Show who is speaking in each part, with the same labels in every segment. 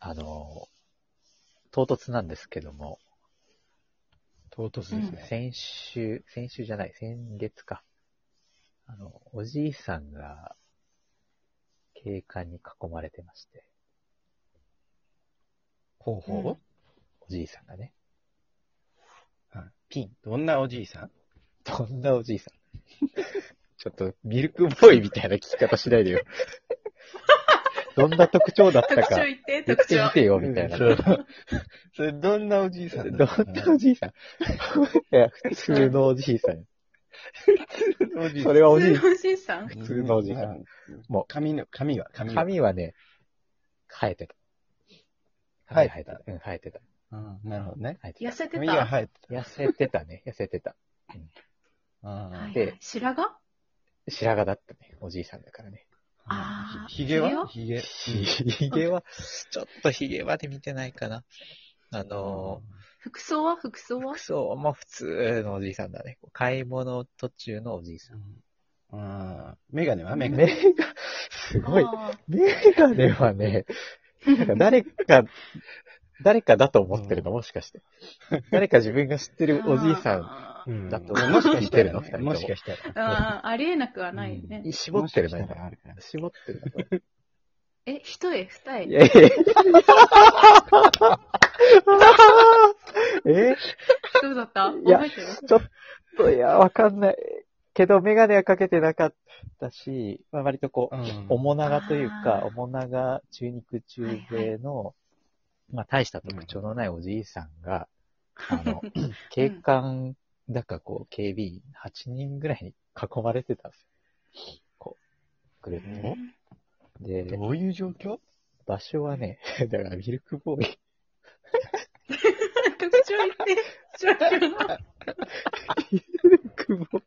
Speaker 1: あの、唐突なんですけども、
Speaker 2: 唐突ですね。
Speaker 1: 先週、先週じゃない、先月か。あの、おじいさんが、警官に囲まれてまして、
Speaker 2: ほうほ
Speaker 1: おじいさんがね。
Speaker 2: う。ピン。どんなおじいさん
Speaker 1: どんなおじいさん ちょっと、ミルクボーイみたいな聞き方しないでよ。 どんな特徴だった
Speaker 3: 特
Speaker 1: か
Speaker 3: 徴、言って、
Speaker 1: 言っ
Speaker 3: 特
Speaker 1: てみ
Speaker 3: 徴。
Speaker 1: てよ、みたいな。
Speaker 2: そう それ、どんなおじいさん
Speaker 1: ど
Speaker 2: だ
Speaker 1: んなおじいさん いや、普通のおじいさん。
Speaker 2: どんなおじいさ
Speaker 1: そ
Speaker 2: ん
Speaker 1: れはおじい
Speaker 3: 普通のおじいさん
Speaker 1: 普通のおじいさん。も
Speaker 2: も
Speaker 1: う
Speaker 2: う、髪の、髪が、髪が。
Speaker 1: 髪はね、生えてた。
Speaker 2: 生えてた
Speaker 1: 髪うん、生えてた。
Speaker 2: うん、なるほどね。
Speaker 1: 生えて
Speaker 3: 痩
Speaker 1: た。
Speaker 3: せて
Speaker 2: 髪が
Speaker 3: た。
Speaker 2: 生えて
Speaker 1: 痩せてたね、痩せてた。
Speaker 2: た。うん
Speaker 3: はい
Speaker 1: で
Speaker 3: 白髪
Speaker 1: 白髪だったね、おじいさんだからね。
Speaker 3: あー
Speaker 2: ひひげはひげ。
Speaker 1: ひげは、 ちょっとひげはで見てないかな。あの
Speaker 3: 服装は服装
Speaker 1: ー、
Speaker 3: は
Speaker 1: 服装も普通のおじいさんだね。買い物途中のおじいさん。
Speaker 2: うんうん。メガネはメガ
Speaker 1: 目
Speaker 2: ネ。
Speaker 1: が、すごい。
Speaker 3: あ
Speaker 1: メガネはね、なんか誰か、誰かだと思ってるの、もしかして。誰か自分が知ってる
Speaker 3: ー
Speaker 1: おじいさん、
Speaker 3: あ
Speaker 2: う
Speaker 3: ー
Speaker 2: ん
Speaker 1: だと
Speaker 2: もしかしたら
Speaker 1: 似てる
Speaker 2: ね、
Speaker 1: の
Speaker 2: もしかしたら。
Speaker 3: あー、ありえなくはないね。
Speaker 1: 絞ってるの
Speaker 2: もし
Speaker 1: よ
Speaker 2: かし。たらあるから
Speaker 1: 絞ってる
Speaker 3: え、一重、二
Speaker 1: い
Speaker 3: 重。
Speaker 1: やいや いやえ
Speaker 3: どうだった
Speaker 1: いや
Speaker 3: 覚えてる
Speaker 1: ちょっと、いや、わかんない。けど、メガネはかけてなかったし、まあ、割とこう、
Speaker 2: うん
Speaker 1: 面長というか、
Speaker 3: あー
Speaker 1: 面長中肉中背の、まあ、大した特徴のないおじいさん が、あの、警官だか、こう、警備員8人ぐらいに囲まれてたんですよ。こう、グループに。で、
Speaker 2: どういう状況
Speaker 1: 場所はね、 だからミルクボーイ。
Speaker 3: 特徴言って、状況の。
Speaker 1: ミルクボーイ。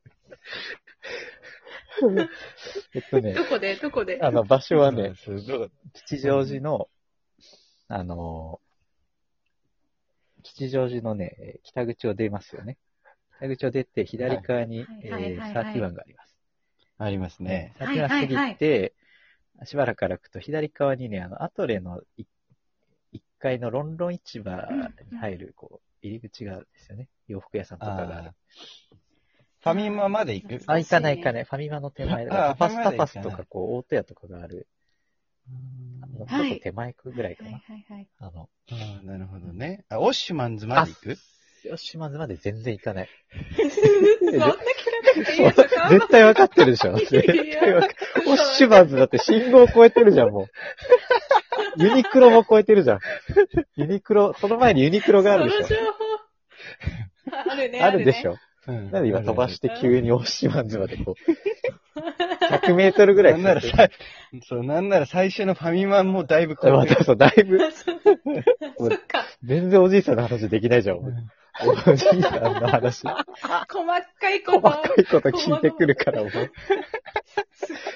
Speaker 1: えっとね、
Speaker 3: どこで、どこで。
Speaker 1: あの、場所はね、
Speaker 2: すごい。
Speaker 1: 吉祥寺の、あのー吉祥寺のね、えー北口を出ますよね。北口を出て、左側に、
Speaker 3: はい
Speaker 1: え
Speaker 3: はいはい
Speaker 1: ー
Speaker 3: はい
Speaker 1: サ
Speaker 3: はい
Speaker 1: ーティワンがあります。
Speaker 2: ありますね。
Speaker 1: サーティワン
Speaker 3: は
Speaker 1: 過
Speaker 3: い
Speaker 1: ぎて、
Speaker 3: はい
Speaker 1: しばらく歩くと、左側にね、あの、アトレのい1階のロンロン市場に入る、こう、入り口があるんですよね。洋服屋さんとかがある。
Speaker 2: ファミマまで行く
Speaker 1: あ、行かない行かない。ファミマの手前だ。
Speaker 2: あ
Speaker 1: パ
Speaker 2: フ
Speaker 1: ス
Speaker 2: ァミマ
Speaker 1: タ
Speaker 2: まで
Speaker 1: パ
Speaker 2: 行か
Speaker 1: ス
Speaker 2: ない
Speaker 1: とか、こう、大手屋とかがある、あのち
Speaker 3: はい
Speaker 1: ょっと手前くぐらいかな。
Speaker 3: はいはいはい。
Speaker 1: あの、
Speaker 2: ああ、なるほどね。あ、オッシュマンズまで行く
Speaker 1: よし、まずまで全然行かない。
Speaker 3: そんな聞かなくていいやつか。
Speaker 1: 絶対分かってるでし ょ。
Speaker 3: いや
Speaker 1: 絶対分かる。オッシュマンズだって信号超えてるじゃん、も う。ユニクロも超えてるじゃん。ユニクロ、その前にユニクロがあるで
Speaker 3: そ
Speaker 1: し
Speaker 3: の情報。あるね。
Speaker 1: ょ。あるでし
Speaker 3: ょ。
Speaker 1: ょ。
Speaker 2: うん
Speaker 1: なんで今飛ばして
Speaker 3: ある
Speaker 1: 急にオッシュマンズまでこ う、100メートルぐらい
Speaker 2: なんなら
Speaker 1: 進んで
Speaker 2: さ、 そう、なんなら最初のファミマもだいぶ
Speaker 1: ま
Speaker 2: えてる
Speaker 1: たそう、だいぶ、
Speaker 3: そっ か。
Speaker 1: 全然おじいさんの話できないじゃん、お前おじいさんの話。
Speaker 3: 細かい
Speaker 1: 細
Speaker 3: こと
Speaker 1: か
Speaker 3: を
Speaker 1: いこと聞いてくるから、お前。
Speaker 3: 突っ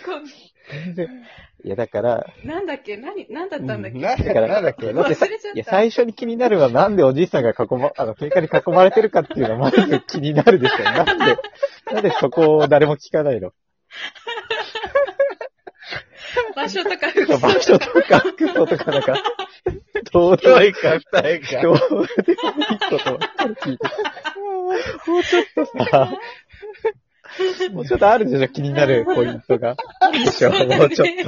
Speaker 3: 込んで
Speaker 1: 全然。いや、だから、
Speaker 3: なんだっけ何、なんだったんだっけ、
Speaker 2: な
Speaker 1: だから、
Speaker 2: なんだっけ
Speaker 1: だってさ
Speaker 3: 忘れちゃっ
Speaker 1: い
Speaker 3: た
Speaker 1: や、最初に気になるのはなんでおじいさんが囲ま、あの、警官に囲まれてるかっていうのはまず気になるでしょ。なんで、なんでそこを誰も聞かないの
Speaker 3: 場所とか服装
Speaker 1: 場所とか服装とかなんか、どうでもいい。
Speaker 2: か二重
Speaker 1: どうでもいいことばっかり聞いて。もうちょっとさ、もうちょっとあるでしょ、気になるポイントが。あるでしょ、
Speaker 3: そうだね
Speaker 1: もうちょっと。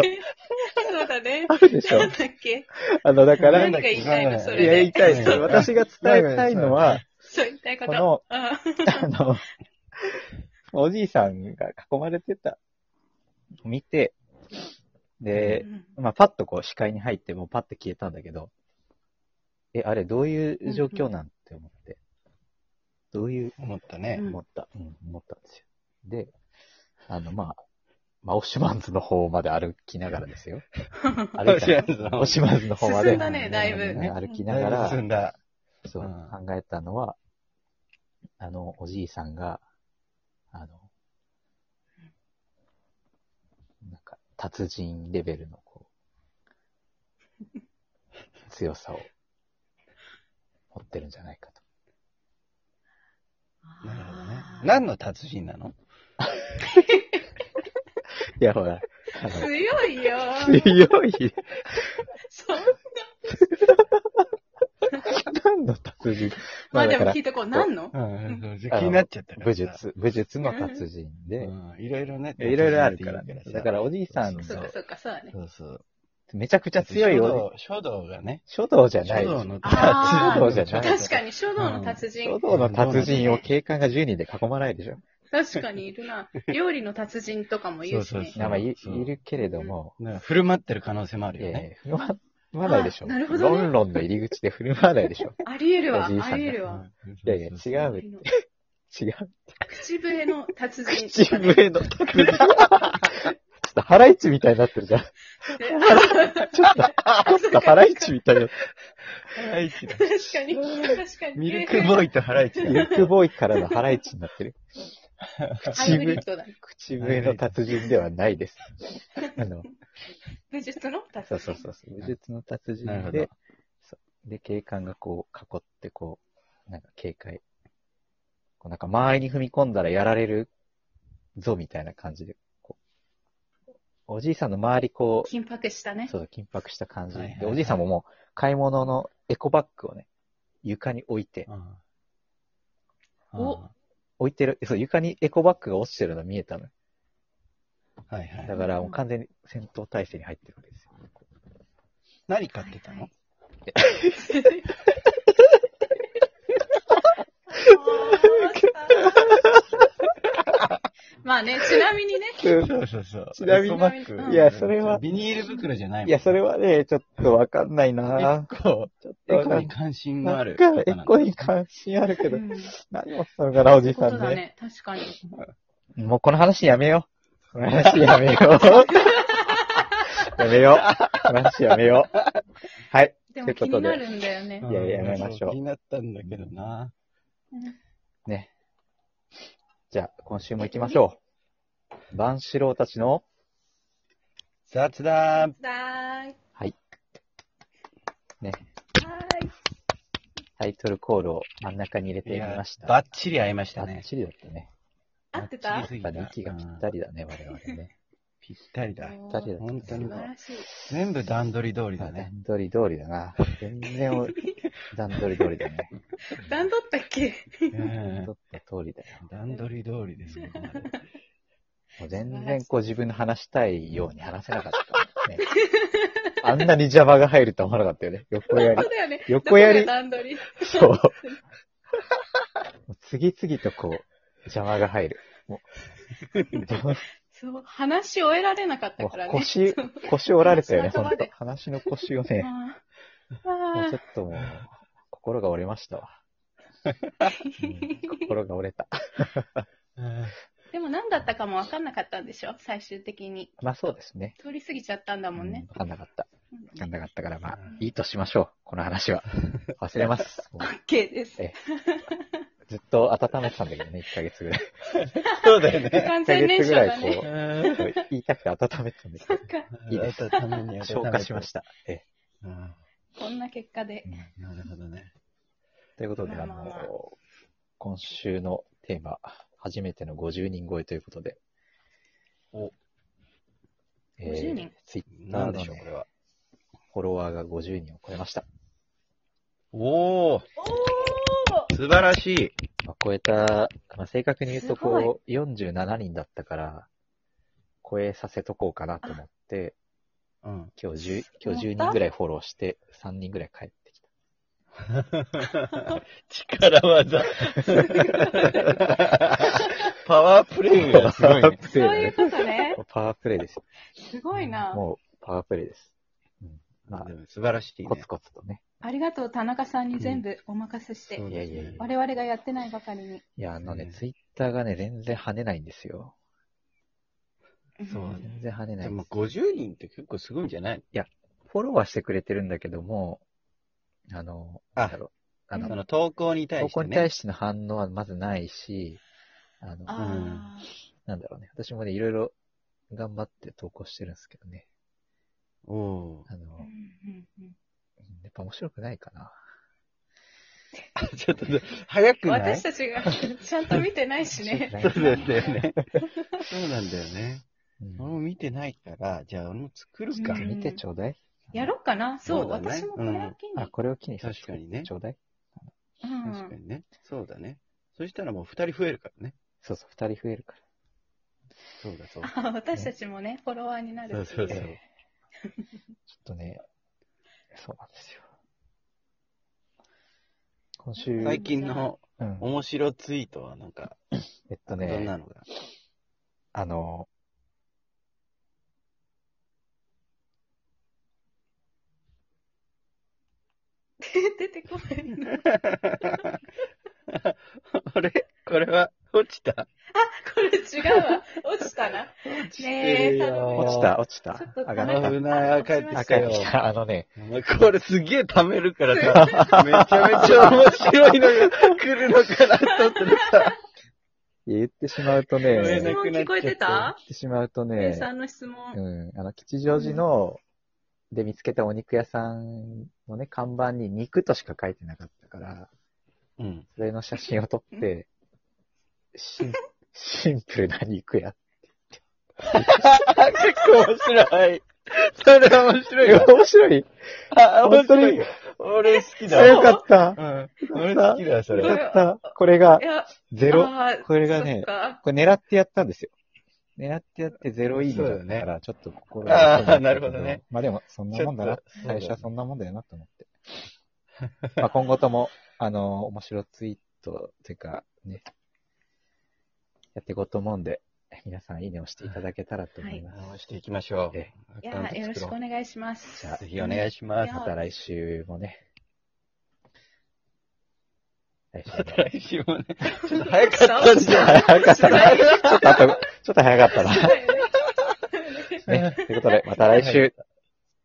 Speaker 3: そうだね。
Speaker 1: あるでしょ
Speaker 3: なんだっけ
Speaker 1: あの、だから、い
Speaker 3: 何か
Speaker 1: や、
Speaker 3: 言いたいのそれで。
Speaker 1: 言いたいです。私が伝えたいのは、
Speaker 3: そう言いたいこと。
Speaker 1: この
Speaker 3: うん
Speaker 1: あの、おじいさんが囲まれてた、見て、 で、まあ、パッとこう視界に入って、もうパッと消えたんだけど、え、あれどういう状況なんて思って、どういう、
Speaker 2: 思ったね。
Speaker 1: 思った、うん、思ったんですよ。で、あの、まあ、まあ、オシュマンズの方まで歩きながらですよ。
Speaker 2: あ
Speaker 1: 歩いたら
Speaker 2: の
Speaker 1: オシュマンズの 方まで
Speaker 3: 進んだねだいぶ
Speaker 1: 歩きながら、
Speaker 2: 進んだ。
Speaker 1: そう、
Speaker 2: う
Speaker 1: 考えたのは、あの、おじいさんが、あの、なんか、達人レベルの、こ う、強さを持ってるんじゃないかと。
Speaker 2: なるほどね。
Speaker 3: な
Speaker 2: 何の達人なの
Speaker 1: い や、ほら、あの、
Speaker 3: 強いよ。
Speaker 1: 強い。
Speaker 3: そんな、
Speaker 1: 達人。
Speaker 3: まあで
Speaker 1: だか
Speaker 3: も
Speaker 1: ら
Speaker 3: 聞いとこう。何の
Speaker 2: うんうん気
Speaker 1: あの
Speaker 2: になっちゃったからさ。
Speaker 1: 武術、武術の達人
Speaker 2: う
Speaker 1: で、
Speaker 2: ん。いろいろね。
Speaker 1: いろいろあるからね。
Speaker 2: さ
Speaker 1: だからおじいさんの、
Speaker 3: そうかそうか、そうだね。
Speaker 2: そうそう。
Speaker 1: めちゃくちゃ強い
Speaker 2: 書
Speaker 1: お
Speaker 2: 道書道がね。
Speaker 1: じ書道じゃない。
Speaker 2: 書
Speaker 1: 書
Speaker 2: 道の
Speaker 3: あー
Speaker 1: 書道じゃない
Speaker 3: 確かに書道の達人。
Speaker 1: 道の達人を警官が10人で囲まないでしょ。
Speaker 3: 確かにい るな。料理の達人とかもいるし
Speaker 2: そう
Speaker 3: ね
Speaker 2: そう。そ
Speaker 1: まあまあい
Speaker 2: うん
Speaker 1: いるけれども、
Speaker 2: ね振る舞ってる可能性もあ
Speaker 1: い
Speaker 2: る
Speaker 1: やい
Speaker 2: よね。
Speaker 1: や、振る舞わないでしょ。
Speaker 3: あなるほどね
Speaker 1: ロンロンの入り口で振る舞わないでしょ。
Speaker 3: ありえるわ、
Speaker 1: おじいさんが
Speaker 3: ありえ
Speaker 2: う
Speaker 3: る
Speaker 2: ん
Speaker 1: い
Speaker 3: わ。
Speaker 1: やいや、違う、違う。
Speaker 3: 口笛の達 人。
Speaker 1: 口 笛の達人。ちょっとハライチみたいになってるじゃん。ちょっと、ちょっとハライチみたいになって
Speaker 2: ハライチだ。
Speaker 3: 確かに、確かに。
Speaker 2: ミルクボーイとハライチ
Speaker 1: る。
Speaker 2: だ。
Speaker 1: ミ ルクボーイからのハライチになってる。
Speaker 3: ハイ
Speaker 1: 口
Speaker 3: ブリ
Speaker 1: 笛
Speaker 3: ッ、ドだ。
Speaker 1: 口笛の達人ではないです。あの、
Speaker 3: 武術の達人。
Speaker 1: そうそうそうそう。武術の達人
Speaker 2: なるほど
Speaker 1: で、そうで、警官がこう囲って、こう、なんか警戒。こうなんか間合いに踏み込んだらやられるぞみたいな感じで、こう、おじいさんの周りこ
Speaker 3: 緊迫したね
Speaker 1: う、。そう、緊迫した感じ。
Speaker 2: はいはい
Speaker 1: で、
Speaker 2: はい
Speaker 1: おじいさんももう買い物のエコバッグをね、床に置いて、
Speaker 2: うん
Speaker 3: お
Speaker 2: うん
Speaker 1: 置いてる、そう、床にエコバッグが落ちてるの見えたの。
Speaker 2: はいはい
Speaker 1: だ。からもう完全に戦闘態勢に入ってるわけですよ。
Speaker 2: 何買ってたの
Speaker 3: まあね、ちなみにね、
Speaker 2: そうそうそう。
Speaker 1: ちなみに
Speaker 2: エコバッグ
Speaker 1: いやそれは
Speaker 2: ビニール袋じゃないも ん。
Speaker 1: いや、それはね、ちょっとわかんないな
Speaker 2: 結構、
Speaker 1: ちょっと
Speaker 2: エ
Speaker 1: わ
Speaker 2: コ
Speaker 1: かん
Speaker 2: に関心がある
Speaker 1: な
Speaker 2: 方
Speaker 1: ん
Speaker 2: な
Speaker 1: か
Speaker 2: んだ。
Speaker 1: エコに関心あるけど
Speaker 3: う、ん
Speaker 1: 何をしたのかな、おじ
Speaker 3: こ
Speaker 1: さ
Speaker 3: と
Speaker 1: ん
Speaker 3: だ
Speaker 1: ね。
Speaker 3: ね、確かに。
Speaker 1: もうこの話やめよう。この話やめよう。 やめよう。この話やめよう。はい。
Speaker 3: で
Speaker 1: とい
Speaker 3: も
Speaker 1: うこと
Speaker 3: 気に
Speaker 1: で
Speaker 3: なるんだよね
Speaker 2: う。ん
Speaker 1: いやいややめましょう
Speaker 2: 気になったんだけどな。
Speaker 1: ね。じゃあ、今週も行きましょう。万志郎たちの、
Speaker 2: 雑談
Speaker 3: だーい。
Speaker 1: はい。ね、
Speaker 3: は
Speaker 1: タイトルコールを真ん中に入れ
Speaker 2: い
Speaker 1: てみ
Speaker 2: や
Speaker 1: ました。
Speaker 2: バッチリ合いました
Speaker 1: バッ
Speaker 2: ね。
Speaker 1: チリだったね。
Speaker 3: ーい。合ってた
Speaker 2: バッチリ
Speaker 1: やっぱり息がぴったりだね、我々ね。
Speaker 2: ぴったりだ。
Speaker 1: ぴったりだったね。
Speaker 2: 本当
Speaker 3: 素
Speaker 2: に
Speaker 3: 晴らしい。
Speaker 2: 全部段取り通りだ
Speaker 1: 段
Speaker 2: ね。
Speaker 1: 取り通りだな。全然お段取り通りだね。
Speaker 3: 段取ったっけ
Speaker 2: うん
Speaker 1: 取った通りだよ。
Speaker 2: 段取り通りです、ここまで
Speaker 1: もう全然こう自分の話したいように話せなかった、ね。 あんなに邪魔が入るとは思わなかったよね。横や
Speaker 3: 本
Speaker 1: り
Speaker 3: 当。だよね。
Speaker 1: 横やり
Speaker 3: どこが段取り。
Speaker 1: そう。もう次々とこう、邪魔が入る。もう、 も
Speaker 3: そう、話し終えられなかった
Speaker 1: う
Speaker 3: からね。
Speaker 1: 腰、腰折られたよね、
Speaker 3: その
Speaker 1: 本当
Speaker 3: 頭で
Speaker 1: 話の腰をね、
Speaker 3: あ
Speaker 1: もう
Speaker 3: あ
Speaker 1: ちょっともう、心が折れましたわ。うん心が折れた。
Speaker 3: でも何だったかも分かんなかったんでしょ最終的に。
Speaker 1: まあそうですね。
Speaker 3: 通り過ぎちゃったんだもんね。
Speaker 1: わかんなかった。わかんなかったから、まあ
Speaker 2: うん、
Speaker 1: いいとしましょう。この話は。忘れ ます。もう
Speaker 3: OK です。
Speaker 1: ずっと温めてたんだけどね、1ヶ月ぐらい。
Speaker 2: そうだよね。
Speaker 3: 完全燃焼だ
Speaker 1: 一ヶ月ぐらい
Speaker 3: ね。
Speaker 1: こう言いたくて温めてたんです
Speaker 3: そ
Speaker 1: け
Speaker 3: っか。
Speaker 1: いいです
Speaker 2: 温めに温め
Speaker 1: ど、
Speaker 2: て
Speaker 1: 消化しました。ええ
Speaker 2: うん
Speaker 3: こんな結果で。
Speaker 2: なるほどね。
Speaker 1: ということで、
Speaker 3: ま
Speaker 1: あ
Speaker 3: あまあまあ
Speaker 1: の、今週のテーマ、初めての50人超えということで。
Speaker 2: お
Speaker 3: 50人
Speaker 1: ツイッター
Speaker 2: な
Speaker 1: の
Speaker 2: んでしょう、
Speaker 1: ね
Speaker 2: これは。
Speaker 1: フォロワーが50人を超えました。
Speaker 2: おお
Speaker 3: お
Speaker 2: 素晴らしい。
Speaker 1: まあ、超えた、まあ、正確に言うと、
Speaker 3: すご
Speaker 1: こう、47人だったから、超えさせとこうかなと思って、
Speaker 2: うん。
Speaker 1: 今日10、今日
Speaker 3: や
Speaker 1: 10
Speaker 3: った
Speaker 1: 人ぐらいフォローして、3人ぐらい帰ってきた。
Speaker 2: 力技。パワー プレイがすごい、ね。
Speaker 3: そういうことね。
Speaker 1: パワープレイですよ。
Speaker 3: すごいな。
Speaker 1: もう、パワープレイです。まあ
Speaker 2: でも素晴らしいね
Speaker 1: コ。ツコツとね。
Speaker 3: ありがとう、田中さんに全部お任せして。
Speaker 2: そう
Speaker 1: いやいやいや
Speaker 3: 我々がやってないばかりに。
Speaker 1: いや、あのね
Speaker 2: ね、
Speaker 1: ツイッターがね、全然跳ねないんですよ。
Speaker 2: そうだね
Speaker 1: 全然跳ねない
Speaker 2: で
Speaker 1: んで
Speaker 2: も
Speaker 1: す。
Speaker 2: 50人って結構すごいんじゃない
Speaker 1: フォローはしてくれてるんだけども、あの、
Speaker 2: あ
Speaker 1: なんだろう。あ
Speaker 2: そ
Speaker 1: の、
Speaker 2: の投稿に対
Speaker 1: 投
Speaker 2: して、
Speaker 1: 稿
Speaker 2: ね。
Speaker 1: に対しての反応はまずないし、あの、
Speaker 3: あ
Speaker 1: なんだろうね。私もね、いろいろ頑張って投稿してるんですけどね。
Speaker 2: おー
Speaker 1: あ
Speaker 3: あ。
Speaker 1: の
Speaker 3: うん、うん
Speaker 1: やっぱ面白くないかな。
Speaker 2: ちょっと、早
Speaker 3: う
Speaker 2: く
Speaker 3: ん
Speaker 2: ない
Speaker 3: 私たちがちゃんと見てないしね。
Speaker 1: 面白
Speaker 2: そ
Speaker 1: く
Speaker 2: うな
Speaker 1: ない
Speaker 2: んだよね。そうなんだよね。
Speaker 1: うん
Speaker 2: 俺も見てないから、じゃあ俺も作るか。
Speaker 3: う
Speaker 1: 見てちょうだい。
Speaker 3: やろっかな。そう、
Speaker 2: そうだね
Speaker 3: 私もこれを機に。
Speaker 1: あ、これを機に
Speaker 2: 確かにね
Speaker 1: ちょうだい。
Speaker 3: う
Speaker 2: 確か
Speaker 3: ん。
Speaker 2: にね。そうだね。そしたらもう二人増えるからね。
Speaker 1: そうそう、二人増えるか
Speaker 2: そうだそうだ。
Speaker 3: あ私たちもね、フォロワーになる
Speaker 2: そう
Speaker 3: って
Speaker 2: そ
Speaker 3: いうう。
Speaker 2: そう。
Speaker 1: ら。ちょっとね、そうなんですよ。今週、
Speaker 2: 最近の
Speaker 1: うん、
Speaker 2: 面白ツイートはなんか、
Speaker 1: えっと
Speaker 2: どん
Speaker 1: ね、
Speaker 2: なのが。
Speaker 1: あの、
Speaker 3: 出てこないな。あ、
Speaker 2: あれこれは落ちた
Speaker 3: これ違うわ。落ちたな。
Speaker 2: 落ち
Speaker 3: ね
Speaker 2: て
Speaker 3: え
Speaker 2: る
Speaker 3: 頼む
Speaker 2: よ。
Speaker 1: 落ちた、落ちた
Speaker 3: ちょっと。
Speaker 1: 上
Speaker 3: ダ
Speaker 1: が
Speaker 3: メだ
Speaker 1: っ
Speaker 2: 危ない帰って
Speaker 1: た。
Speaker 2: き
Speaker 1: 赤
Speaker 2: た
Speaker 1: い
Speaker 2: よ
Speaker 1: 来。た。あのね、
Speaker 2: お前これすげえ貯めるから さ、めちゃめちゃ面白いのが来るのかなと思ってさ。
Speaker 1: 言ってしまうと
Speaker 2: ごめ
Speaker 1: ね、
Speaker 2: ん
Speaker 1: 言っ
Speaker 2: な
Speaker 3: 質
Speaker 2: さ
Speaker 3: 問聞こえてた
Speaker 1: てしまうと
Speaker 3: 姉
Speaker 1: ね、
Speaker 3: さんの質問。
Speaker 1: うん、あの、吉祥寺の、で見つけたお肉屋さんのね、看板に肉としか書いてなかったから、
Speaker 2: うん。
Speaker 1: それの写真を撮って、シンシンプルな肉や。
Speaker 2: 結構面白い。それ 面白いよ。
Speaker 1: 面白い
Speaker 2: あ、
Speaker 1: 本
Speaker 2: 面
Speaker 1: 当
Speaker 2: 白
Speaker 1: に
Speaker 2: いよ。俺好きだ
Speaker 1: 強
Speaker 2: わ。
Speaker 1: かった
Speaker 2: うん。俺好きだ、そ
Speaker 3: すご
Speaker 1: よ
Speaker 2: れ
Speaker 3: い。
Speaker 1: かった。これが
Speaker 3: い、や、
Speaker 1: ゼロ。
Speaker 3: あー
Speaker 1: これがね
Speaker 3: そっか
Speaker 1: これ狙ってやったんですよ。狙ってやってゼロイードだった
Speaker 2: そう
Speaker 1: か
Speaker 2: だ
Speaker 1: ら、ちょっと心が痛んだけ
Speaker 2: あーなるほどね。
Speaker 1: まあでも、そんなもんだな
Speaker 2: ちょっ。と
Speaker 1: 最初はそんなもんだよなと思 って。まあ今後とも、あの、面白ツイートというか、ね、やっていこうと思うんで、皆さんいいねをしていただけたらと思います。
Speaker 2: 直していきましょう。
Speaker 1: え
Speaker 3: いや、よろしくお願いします。
Speaker 1: じゃあ
Speaker 2: 次お願いします。
Speaker 1: また来週も ね。来週も
Speaker 2: また来週もね、ちょっと早か ったんじゃない
Speaker 1: 早かった な。 ちょっとあと、ちょっと早かったな。
Speaker 3: はい
Speaker 1: ね。ということで、また来週。